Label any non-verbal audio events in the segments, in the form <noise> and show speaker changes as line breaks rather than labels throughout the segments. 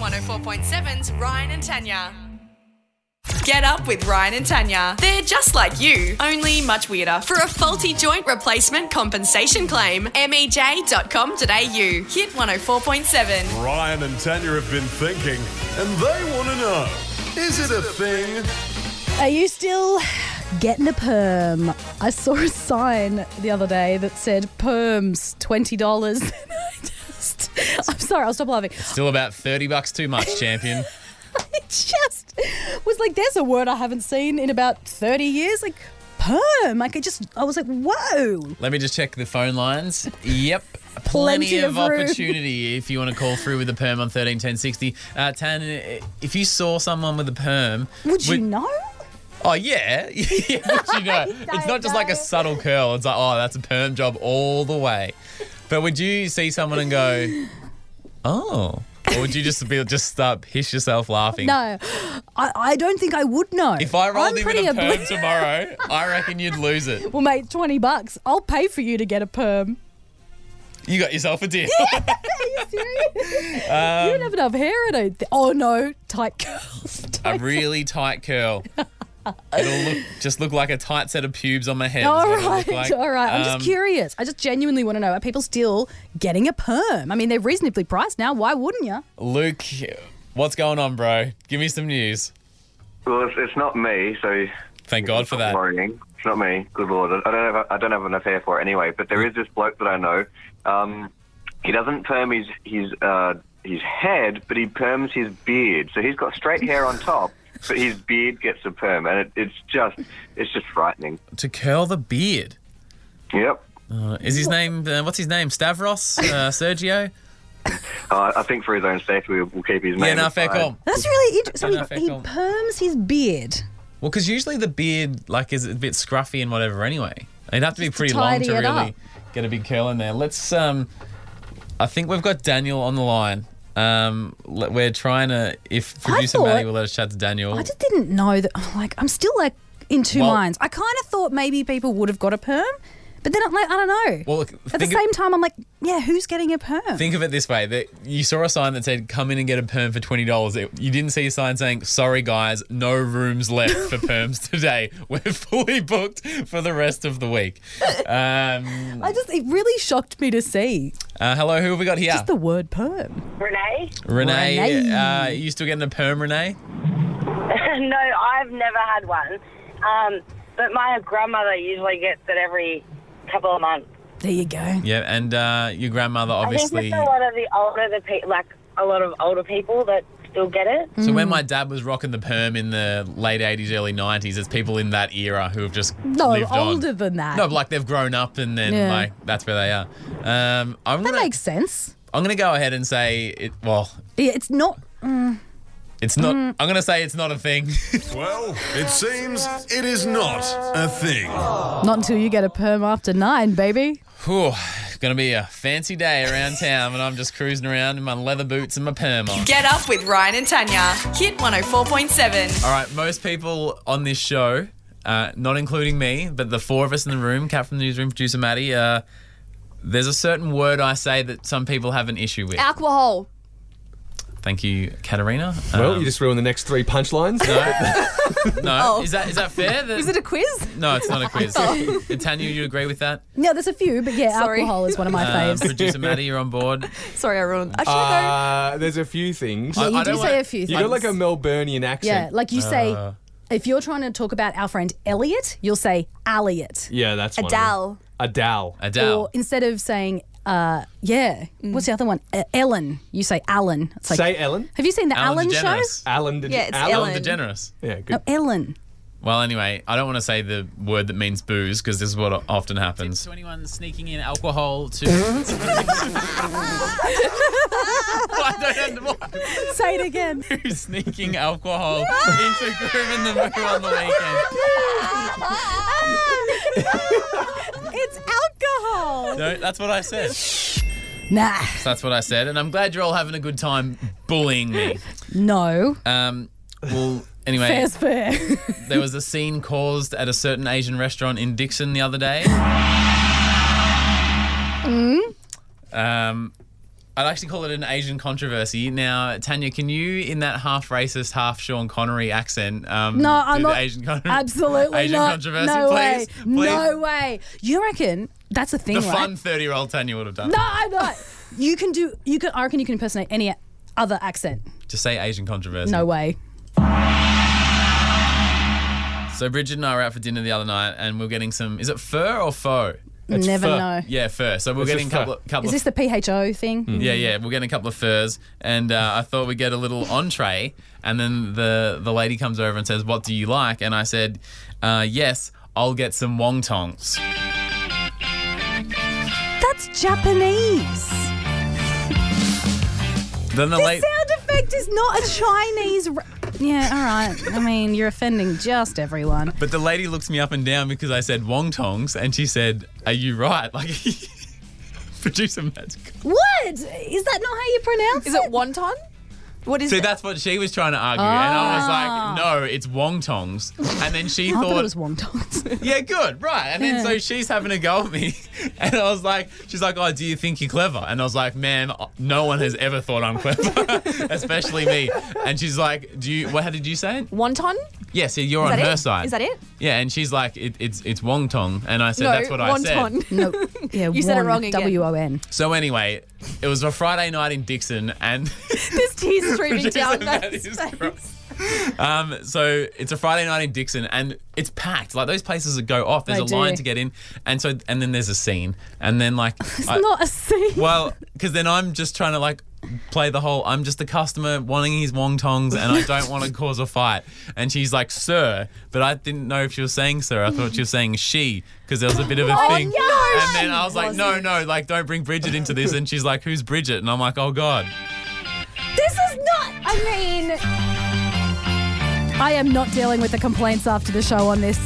104.7's Ryan and Tanya. Get up with Ryan and Tanya. They're just like you, only much weirder. For a faulty joint replacement compensation claim, E mej.com.au. Hit 104.7.
Ryan and Tanya have been thinking, and they want to know is it a thing?
Are you still getting a perm? I saw a sign the other day that said perms twenty dollars. <laughs> I just, I'm sorry, I'll stop laughing.
Still about 30 bucks too much,
<laughs>
champion.
<laughs> It just was like, there's a word I haven't seen in about thirty years. Like perm. Like I just, I was like, whoa.
Let me just check the phone lines. Yep. Plenty,
Plenty
of,
of room.
opportunity if you want to call through with a perm on 13 10 60. Uh, Tan, if you saw someone with a perm,
Would you know?
Oh, yeah. <laughs> yeah but you
<laughs>
know, it's not just like a subtle curl. It's like, oh, that's a perm job all the way. But would you see someone and
<laughs>
go, oh? Or would you just be just start piss yourself laughing?
No, I, I don't think I would know.
If I rolled
I'm
in with
pretty
a
obli-
perm tomorrow, I reckon you'd lose it.
well, mate, twenty bucks. I'll pay for you to get a perm.
You got yourself a deal.
Are you serious? you don't have enough hair, I don't. Th- oh no, tight curls.
a
Tight-
really tight curl. It'll look, just look like a tight set of pubes on my head. is
all
what it'll look
right,
like.
all right. I'm
Um,
just curious. I just genuinely want to know: Are people still getting a perm? I mean, they're reasonably priced now. Why wouldn't you?
Luke, what's going on, bro? Give me some news.
Well, it's, it's not me, so
Thank God for that.
worrying. It's not me. Good lord, I don't have I don't have enough hair for it anyway. But there is this bloke that I know. Um, he doesn't perm his his uh, his head, but he perms his beard. So he's got straight hair on top, but his beard gets a perm, and it, it's just it's just frightening.
To curl the beard.
Yep.
Uh, is his name, uh, what's his name? Stavros? Uh, Sergio?
Uh, I think for his own safety, we'll, we'll keep his name.
yeah, no, fair
aside.
call.
That's really interesting.
Don't know
So
if
he, he
I can-
perms his beard.
Well, because usually the beard like is a bit scruffy and whatever anyway. It'd have to be
Just to
pretty long
tidy
to
it
really
up.
get a big curl in there. Let's. um I think we've got Daniel on the line. Um, l- we're trying to. If producer
thought-
Maddie will let us chat to Daniel.
I just didn't know that. Like, I'm still like in two
Well-
minds. I kind of thought maybe people would have got a perm, but then I'm like, I don't know.
Well, look,
At the
think,
same time, I'm like, yeah, who's getting a perm?
think of it this way: that you saw a sign that said "Come in and get a perm for twenty dollars." You didn't see a sign saying "Sorry guys, no rooms left for
<laughs>
perms today. We're fully booked for the rest of the
<laughs>
week." Um,
I just it really shocked me to see
uh, hello, who have we got here?
just the word perm.
Renee? <laughs>
Renee,
Renee.
Uh, you still getting a perm, Renee?
no, I've never had one. Um, but my grandmother usually gets it every couple of months.
There you go.
Yeah, and uh, your grandmother
I think
obviously.
it's a lot of the older the pe- like a lot of older people that still get it.
So
Mm.
when my dad was rocking the perm in the late '80s, early '90s, it's people in that era who have just
No,
lived on.
older than that.
No, but like they've grown up and then
Yeah.
like that's where they are. Um, I'm
that
gonna
makes sense.
I'm gonna go ahead and say it. Well,
Yeah, it's not.
it's not.
Mm.
I'm gonna say it's not a thing. <laughs>
Well, it seems it is not a thing.
Not until you get a perm after nine, baby.
Whew, it's gonna be a fancy day around town, and I'm just cruising around in my leather boots and my perm on.
Get up with Ryan and Tanya. Hit 104.7.
All right, most people on this show, uh, not including me, but the four of us in the room, Kat from the newsroom, producer Maddie, uh, there's a certain word I say that some people have an issue with.
Alcohol.
Thank you, Katerina.
Well,
Um,
you just ruined the next three
<laughs>
punchlines.
<laughs> no, is that is that fair? That-
Oh. Is it a quiz?
no, it's
<laughs>
not a quiz. Tanya, you agree with that?
No, there's a few, but yeah,
Sorry.
alcohol is one of my
Um,
faves.
producer Maddie, you're on board.
Sorry, I ruined. Actually,
Uh, there's a few things.
I-
Yeah, you
I
do
don't
say
wanna-
a few
You
things.
got like a Melbourneian accent.
yeah, like you say, if you're trying to talk about our friend Elliot, you'll say Elliot.
Yeah, that's
though, Adele.
One of them. Adele.
Adele.
Or instead of saying, uh, yeah, what's the other one? Uh, Ellen. You say Alan. It's like,
Say Ellen.
have you seen the
Alan
Alan, show?
DeGeneres.
Alan. Did
Yeah, it's
Alan.
Ellen.
DeGeneres.
Yeah, good.
No, Ellen.
Well, anyway, I don't want to say the word that means booze because this is what often happens.
To anyone sneaking in alcohol to
I don't know why.
Say it again. <laughs>
who's sneaking alcohol into Groove in the Moo on the weekend.
it's alcohol.
No, that's what I said.
Nah,
That's what I said, and I'm glad you're all having a good time bullying me.
no.
Um, well, anyway,
Fair's fair.
there was a scene caused at a certain Asian restaurant in Dixon the other day. Um, I'd actually call it an Asian controversy. Now, Tanya, can you, in that half racist, half Sean Connery accent, um,
No,
do
I'm
the
not.
Asian con-
absolutely
Asian
not.
controversy,
no way.
please? please?
No way. You reckon that's a
The
thing, right?
fun 30 year old Tanya would have done.
No, I'm not. You can do. You can. I reckon you can impersonate any other accent.
Just say Asian controversy.
No way.
So, Bridget and I were out for dinner the other night and we are getting some. Is it fur or faux?
Never
fur.
know.
Yeah, fur. So, we are
It's
getting a
just
couple,
fur.
couple
Is
of
this the PHO thing?
Yeah, yeah, we're getting a couple of furs, and uh, I thought we'd get a little entree. And then the the lady comes over and says, "What do you like?" And I said, uh, "Yes, I'll get some wontongs."
That's Japanese.
Then the
The
lady,
sound effect is not a Chinese. r yeah, all right. I mean, you're offending just everyone.
but the lady looks me up and down because I said wontongs, and she said, "Are you right?" Like, <laughs> producer Matt's.
What is that? Not how you pronounce
Is it wonton? What is
See,
it?
that's what she was trying to argue, and I was like, "No, it's wontongs." And then she
Ah. I thought
thought
it was wontons.
Yeah, good, right. And then so she's having a go at me. <laughs> And I was like, she's like, oh, do you think you're clever? And I was like, man, no one has ever thought I'm clever, <laughs> especially me. And she's like, do you, what, how did you say it?
<laughs> wonton?
Yeah, see, you're
Is
on
that
her
it?
side.
Is that it?
Yeah, and she's like, it, it's, it's Wong Tong. And I said,
no,
that's what I said.
<laughs>
wonton.
no, yeah,
<laughs> You said it
won,
wrong again.
W O N.
So anyway, it was a Friday night in Dixon, and <laughs>
There's tears streaming
Producer
down
Matt
Matt's
is
face.
gross. Um, so it's a Friday night in Dixon, and it's packed. Like those places that go off. There's
They
a
do.
line to get in, and so and then there's a scene, and then like
<laughs> It's
I-
not a scene.
well, because then I'm just trying to like play the whole I'm just a customer wanting his wong tongs and I don't
<laughs>
want to cause a fight. And she's like, sir. But I didn't know if she was saying sir. I thought she was saying she because there was a bit of a thing.
Oh, no,
and then I was like, no, no, like don't bring Bridget into this. And she's like, who's Bridget? And I'm like, oh God.
This is not. I mean, I am not dealing with the complaints after the show on this.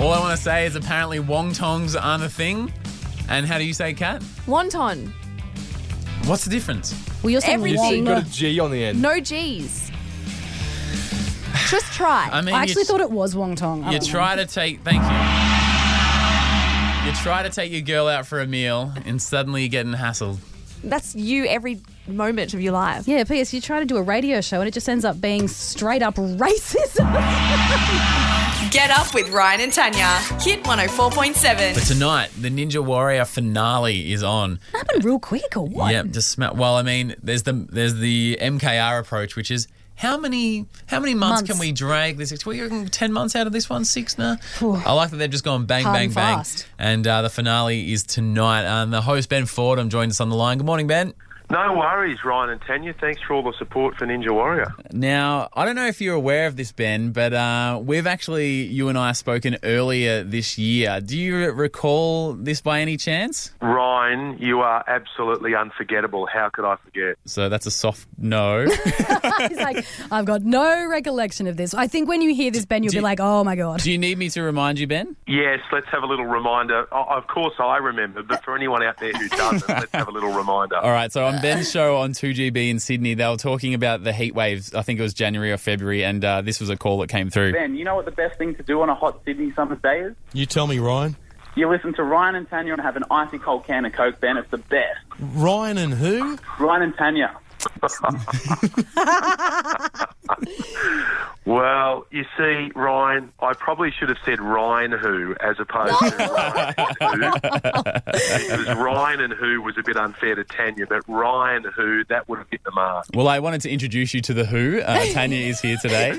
All I want to say is apparently wong tongs aren't a thing. And how do you say cat?
Wonton.
What's the difference?
Well, you're saying
Everything.
Wong.
You
Got a G on the end.
No G's. Just try.
I mean,
I
you
actually
s-
thought it was Oh. Wong Tong. I
You
don't know.
try to take, thank you. You try to take your girl out for a meal and suddenly you're getting hassled.
That's you every moment of your life.
Yeah, P.S. You try to do a radio show and it just ends up being straight up <laughs> racism.
Get up with Ryan and Tanya. Hit 104.7.
But tonight, the Ninja Warrior finale is on.
happened real quick or what?
Yeah, just sma well, I mean, there's the there's the MKR approach, which is how many how many months,
Months.
can we drag this? What you reckon? Ten months out of this one, six now. I like that they've just gone bang
Hard
bang
and
bang,
fast.
and uh, the finale is tonight. And the host Ben Fordham joins us on the line. Good morning, Ben.
No worries, Ryan and Tanya. Thanks for all the support for Ninja Warrior.
Now, I don't know if you're aware of this, Ben, but uh, we've actually, you and I, spoken earlier this year. Do you recall this by any chance?
Ryan, you are absolutely unforgettable. How could I forget?
So that's a soft no.
He's like, I've got no recollection of this. I think when you hear this, Ben, you'll
Do-
be like, oh my God.
Do you need me to remind you, Ben?
Yes, let's have a little reminder. O- Of course, I remember, but for anyone out there
<laughs>
who doesn't, let's have a little reminder.
All right, so on Ben's show on 2GB in Sydney, they were talking about the heat waves. I think it was January or February, and uh, this was a call that came through.
Ben, you know what the best thing to do on a hot Sydney summer's day is?
You tell me, Ryan.
You listen to Ryan and Tanya and have an icy cold can of Coke, Ben. It's the best.
Ryan and who?
Ryan and Tanya.
Well, you see, Ryan, I probably should have said Ryan who as opposed to Ryan
<laughs>
and who. Because Ryan and who was a bit unfair to Tanya, but Ryan who, that would have hit the mark.
Well, I wanted to introduce you to the Who.
<laughs>
Uh, Tanya is here today.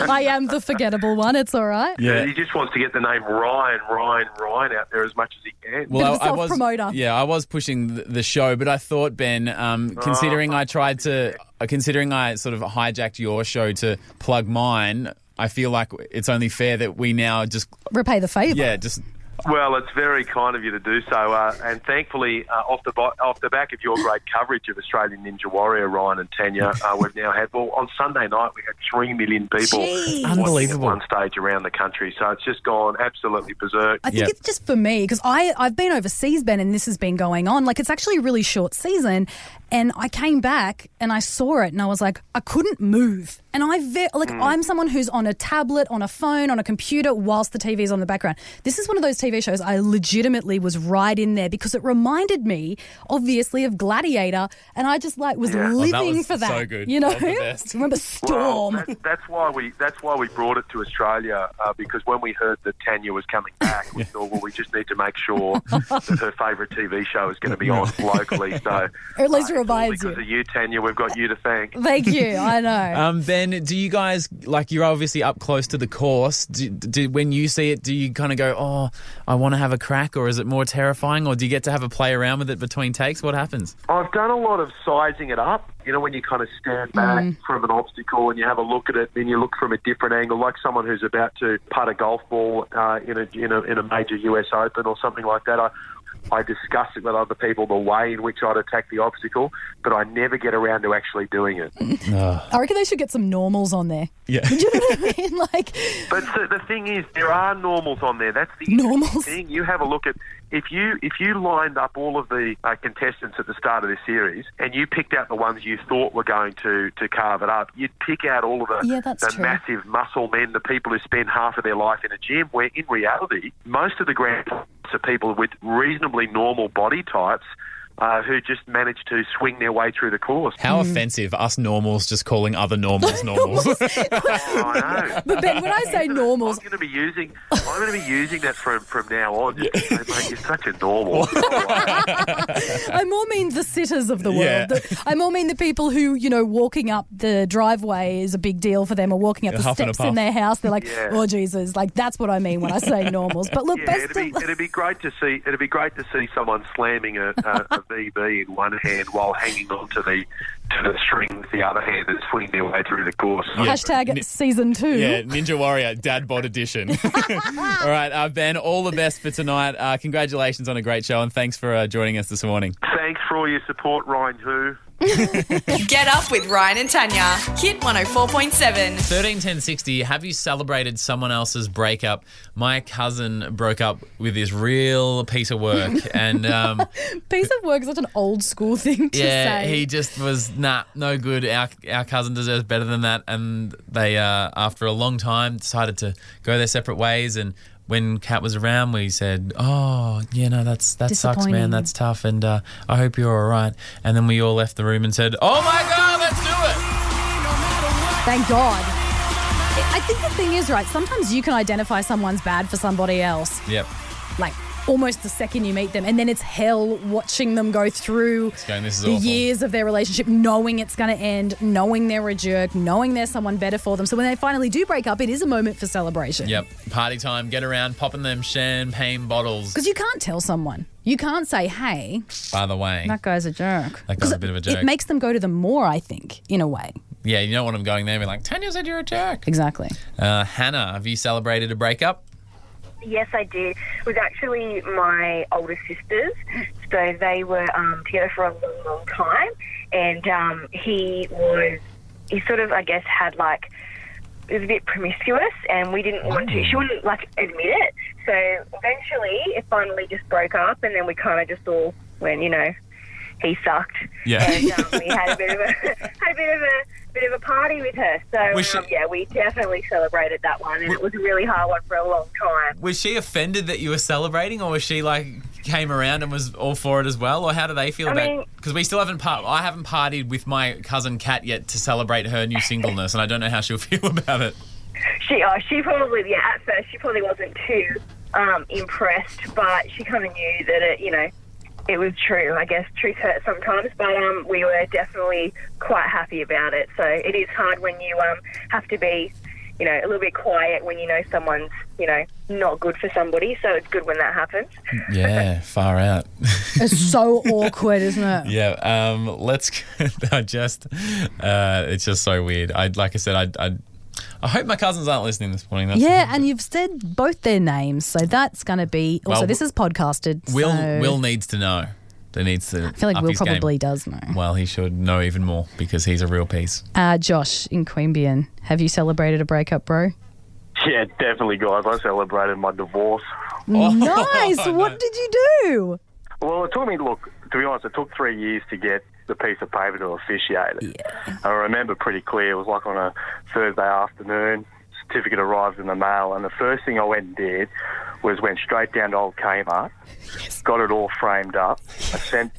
I am the forgettable one. It's all right.
Yeah.
He just wants to get the name Ryan, Ryan, Ryan out there as much as he can.
Well,
Bit of a self-promoter.
Yeah, I was pushing th- the show, but I thought Ben, um,
Oh.
considering I tried to, uh, considering I sort of hijacked your show to plug mine, I feel like it's only fair that we now just,
Repay the favour.
yeah, just.
Well, it's very kind of you to do so, uh, and thankfully, uh, off the bo- off the back of your great coverage of Australian Ninja Warrior, Ryan and Tanya, uh, we've now had. Well, on Sunday night, we had three million people watching
Unbelievable.
at one stage around the country. So it's just gone absolutely berserk.
I think
Yeah.
it's just for me because I I've been overseas, Ben, and this has been going on. Like it's actually a really short season, and I came back and I saw it, and I was like, I couldn't move. And I ve-
Mm.
like I'm someone who's on a tablet, on a phone, on a computer, whilst the TV's on the background. This is one of those TV shows, I legitimately was right in there because it reminded me, obviously, of Gladiator, and I just like was
Yeah. Oh, that
living
was
for that.
so good.
You know,
That was the
<laughs>
best.
remember Storm?
Well, that, that's why we that's why we brought it to Australia uh, because when we heard that Tanya was coming back, we thought, well, we just need to make sure that her favourite TV show is going to be on locally. So
or at least it reminds you.
because of you, Tanya, we've got you to thank.
Thank you. I
<laughs>
know.
Um, ben, do you guys like you're obviously up close to the course? Do, do when you see it, do you kind of go, "Oh, I want to have a crack," or is it more terrifying, or do you get to have a play around with it between takes? What happens?
I've done a lot of sizing it up. You know, when you kind of stand back
Mm.
from an obstacle and you have a look at it, then you look from a different angle, like someone who's about to putt a golf ball uh, in, a, in a in a major US Open or something like that. I I discuss it with other people the way in which I'd attack the obstacle, but I never get around to actually doing it.
I reckon they should get some normals on there.
Yeah.
Do you know what I mean? <laughs> Like,
But so the thing is, there are normals on there. That's the interesting thing. You have a look at if you if you lined up all of the uh, contestants at the start of this series and you picked out the ones you thought were going to to carve it up, you'd pick out all of the,
Yeah, that's
the
true.
massive muscle men, the people who spend half of their life in a gym. Where in reality, most of the grand finals are people with reasonably normal body types. Uh, who just manage to swing their way through the course.
How offensive us normals just calling other normals normals.
<laughs>
I know.
but Ben, when I say normals,
I'm going to be using. I'm going to be using that from from now on. Just to say, mate, you're such a normal.
I more mean the sitters of the world.
Yeah.
The- I more mean the people who, you know, walking up the driveway is a big deal for them, or walking up the
Huff and a
steps in
puff.
their house. They're like,
Yeah.
oh Jesus, like that's what I mean when
<laughs>
I say normals. But look,
yeah,
best
it'd be it'd be great to see. It'd be great to see someone slamming a, a, a VB in one hand while hanging on to the to the string with the other hand and swinging their way through the course.
hashtag season two.
Yeah, <laughs> Ninja Warrior Dad Bod Edition. all right, uh, Ben, all the best for tonight. Uh, congratulations on a great show, and thanks for uh, joining us this morning.
Thanks for all your support, Ryan. Who.
Get up with Ryan and Tanya. Hit 104.7.
13 10 60 have you celebrated someone else's breakup my cousin broke up with this real piece of work and um,
piece of work is such an old school thing to
yeah
say.
he just was nah no good our, our cousin deserves better than that and they uh, after a long time decided to go their separate ways and when Kat was around, we said, "Oh, yeah, no, that's that sucks, man.
Disappointing.
That's tough, and uh, I hope you're all right." And then we all left the room and said, "Oh my God, let's do it!"
Thank God. I- I think the thing is, right, sometimes you can identify someone's bad for somebody else.
Yep,
like almost the second you meet them and then it's hell watching them go through
going, "This is
the
awful."
years of their relationship knowing it's going to end knowing they're a jerk knowing there's someone better for them so when they finally do break up it is a moment for celebration
yep. Party time. Get around, popping them champagne bottles.
because you can't tell someone you can't say hey
By the way,
that guy's a jerk
that guy's a bit of a jerk.
it makes them go to them more i think in a way
yeah, you don't want him going there and being like, Tanya said you're a jerk.
exactly
Uh, Hannah, have you celebrated a breakup?
Yes, I did. It was actually my older sisters. So they were um, together for a long, long time. And um, he was, he sort of, I guess, had like, it was a bit promiscuous and we didn't want
Mm.
to, she wouldn't like admit it. So eventually it finally just broke up and then we kind of just all went, you know, he sucked. And um, we had a bit of a, <laughs> had a bit of a, bit of a party with her. So
Was she-
um, yeah, we definitely celebrated that one and it was a really hard one for a long time.
Was she offended that you were celebrating, or was she like came around and was all for it as well, or how do they feel
I
about?
mean-
Because we still haven't part. I haven't partied with my cousin Kat yet to celebrate her new singleness, and I don't know how she'll <laughs> feel about it.
She, oh, she probably, yeah, at first she probably wasn't too um, impressed, but she kind of knew that it, you know, it was true. I guess truth hurts sometimes, but um, we were definitely quite happy about it. So it is hard when you um, have to be, you know, a little bit quiet when you know someone's, you know, not good for somebody. So it's good when that happens.
Yeah, far out.
it's <laughs> so awkward isn't
<laughs>
it
Yeah, um, let's. <laughs> I just, uh, it's just so weird. I like I said, I, I, I hope my cousins aren't listening this morning. That's
yeah, and you've said both their names, so that's going to be. Also,
Well,
this is podcasted.
Will
so
Will needs to know. There needs to.
I feel like
up
Will
his game.
probably does know.
Well, he should know even more because he's a real piece.
Uh, Josh in Queanbeyan, have you celebrated a breakup, <laughs> bro?
Yeah, definitely, guys. I celebrated my divorce.
Oh, nice. What did you do?
Well, it took me, look, to be honest, it took three years to get the piece of paper to officiate it. I remember pretty clear, it was like on a Thursday afternoon, certificate arrived in the mail, and the first thing I went and did was went straight down to old Kmart, got it all framed up, I sent,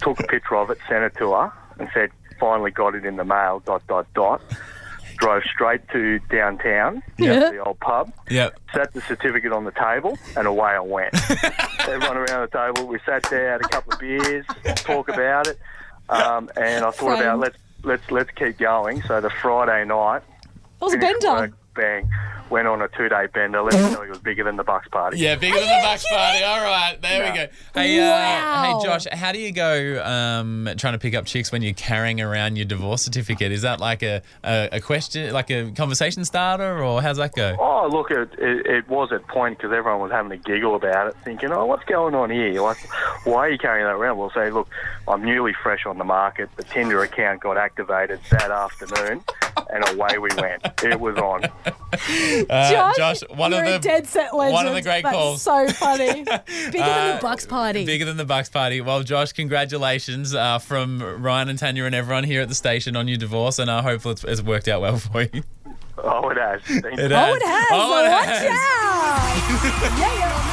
took a picture of it, sent it to her, and said, "Finally got it in the mail." Dot dot dot. Drove straight to downtown,
Yeah.
to the old pub,
Yep.
sat the certificate on the table, and away
<laughs>
I went. Everyone around the table, we sat there, had a couple of beers, talk about it, um, and I thought about
Same.
let's let's let's keep going. So the Friday night,
That was a
finished
bender.
work, bang, went on a two-day bender. Let's know it was bigger than the Bucks party.
Yeah, bigger than the Bucks party. All right, there we go. Hey, uh,
Wow.
hey, Josh, how do you go um, trying to pick up chicks when you're carrying around your divorce certificate? Is that like a, a, a question, like a conversation starter, or how's that go?
Oh, look, it, it, it was at point because everyone was having a giggle about it, thinking, oh, what's going on here? Like, why are you carrying that around? Well, say, look, I'm newly fresh on the market. The Tinder account got activated that afternoon, and away we went. It was on.
Uh, Josh, one
you're
of the
a dead set legend.
one of the great
That's
calls.
So funny. Bigger
<laughs>
than
Uh,
the Bucks party.
Bigger than the Bucks party. Well, Josh, congratulations uh, from Ryan and Tanya and everyone here at the station on your divorce, and uh, hopefully it's, it's worked out well for you.
Oh, it has.
It
Oh, it has.
Oh, it
Watch
has.
out. yeah, yeah.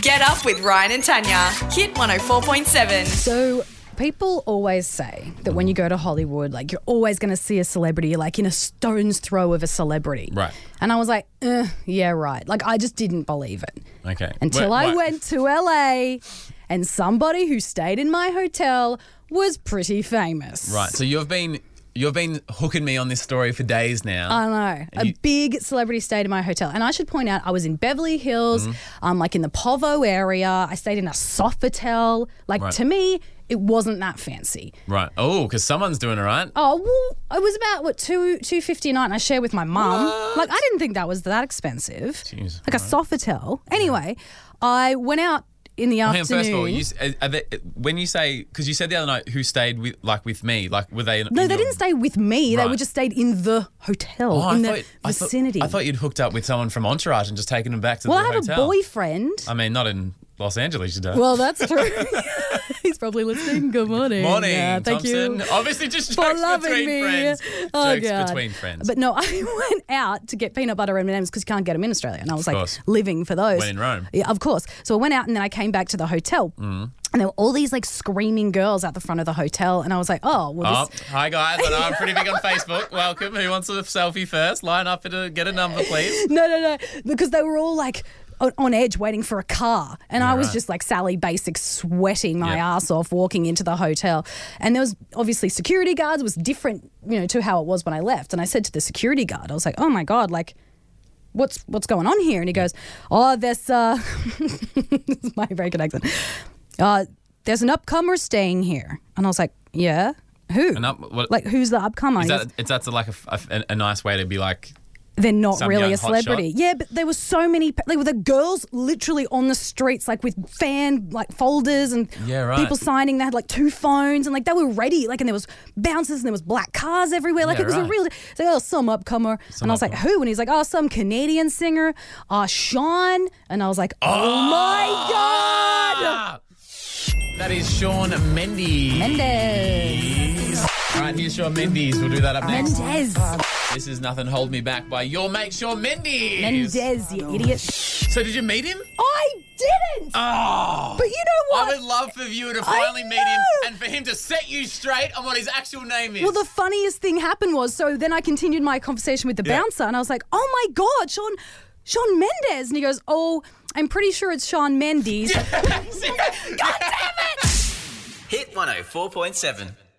Get up with Ryan and Tanya. Hit 104.7.
So people always say that when you go to Hollywood, like you're always going to see a celebrity, you're, like in a stone's throw of a celebrity.
Right.
And I was like, eh, yeah, right. Like I just didn't believe it
Okay.
until
Wait,
I
wait.
went to LA, and somebody who stayed in my hotel was pretty famous.
Right. So you've been you've been hooking me on this story for days now.
I know. A big celebrity stayed in my hotel. And I should point out, I was in Beverly Hills,
Mhm.
um, like in the Povo area. I stayed in a Sofitel. Like,
Right.
to me, it wasn't that fancy.
Right. Oh, because someone's doing it right.
Oh, well, it was about, what, two, 250 a night, and I shared with my mum. Like, I didn't think that was that expensive.
Jeez,
like a Sofitel. Anyway, I went out in the
Oh, hang on,
afternoon.
first of all, you, s- are- are they, when you say because you said the other night who stayed with like with me, like were they? in-
no,
in
they
your-
didn't stay with me. They
Right.
were just stayed in the hotel,
Oh, I
in the
thought- I thought-
vicinity.
I thought, you'd hooked up with someone from Entourage and just taken them back to
well,
the
I have
hotel.
a boyfriend.
I mean, not in Los Angeles, you don't.
Well, that's true. <laughs> He's probably listening. Good morning.
Morning,
Yeah, thank
Thompson.
you.
Obviously, just
for
jokes
loving
between
me.
friends.
Oh,
jokes
God.
between friends.
But no, <laughs> I went out to get peanut butter and M&Ms because you can't get them in Australia, and I was like
course.
living for those.
When in Rome.
Yeah, of course. So I went out and then I came back to the hotel.
Mm.
And there were all these like screaming girls at the front of the hotel, and I was like, "Oh, well,
Oh,
this,
hi guys! I know I'm pretty
<laughs>
big on Facebook. Welcome. Who wants a selfie first? Line up and uh, get a number,
<laughs>
please.
no, no, no," because they were all like on, on edge, waiting for a car, and I was
right.
just like Sally Basic, sweating my
Yep.
ass off, walking into the hotel, and there was obviously security guards. It was different, you know, to how it was when I left. And I said to the security guard, I was like, "Oh my god, like." What's what's going on here? And he goes, "Oh, there's uh, <laughs> this is my very good accent. Uh, there's an upcomer staying here." And I was like, "Yeah, who?
And up, what,
like, who's the upcomer?"
Is
He goes,
that, is that like a, a, a nice way to be like?
They're not
Some
really
young
a celebrity.
hotshot.
Yeah, but there were so many. pe- There were the girls literally on the streets, like with fan like folders and
Yeah, right.
people signing. They had like two phones and like they were ready. Like and there was bouncers and there was black cars everywhere. Like
Yeah,
it was a
right.
real. It's like oh, some upcomer,
Some
and I was like,
upcomer.
who? And he's like, oh, some Canadian singer, uh, Sean. And I was like, oh my
Ah!
god,
That is Sean Mendes.
Mendes.
All right, here's Sean Mendes. We'll do that up next.
Mendez,
This is Nothing Hold Me Back by your mate Sean Mendes.
Mendez, you idiot.
So did you meet him?
I didn't.
Oh.
But you know what?
I would love for you to
I
finally meet him
know.
and for him to set you straight on what his actual name is.
Well, the funniest thing happened was so then I continued my conversation with the
Yeah.
bouncer and I was like, oh my God, Sean, Sean Mendes. And he goes, oh, I'm pretty sure it's Sean Mendes.
Hit 104.7.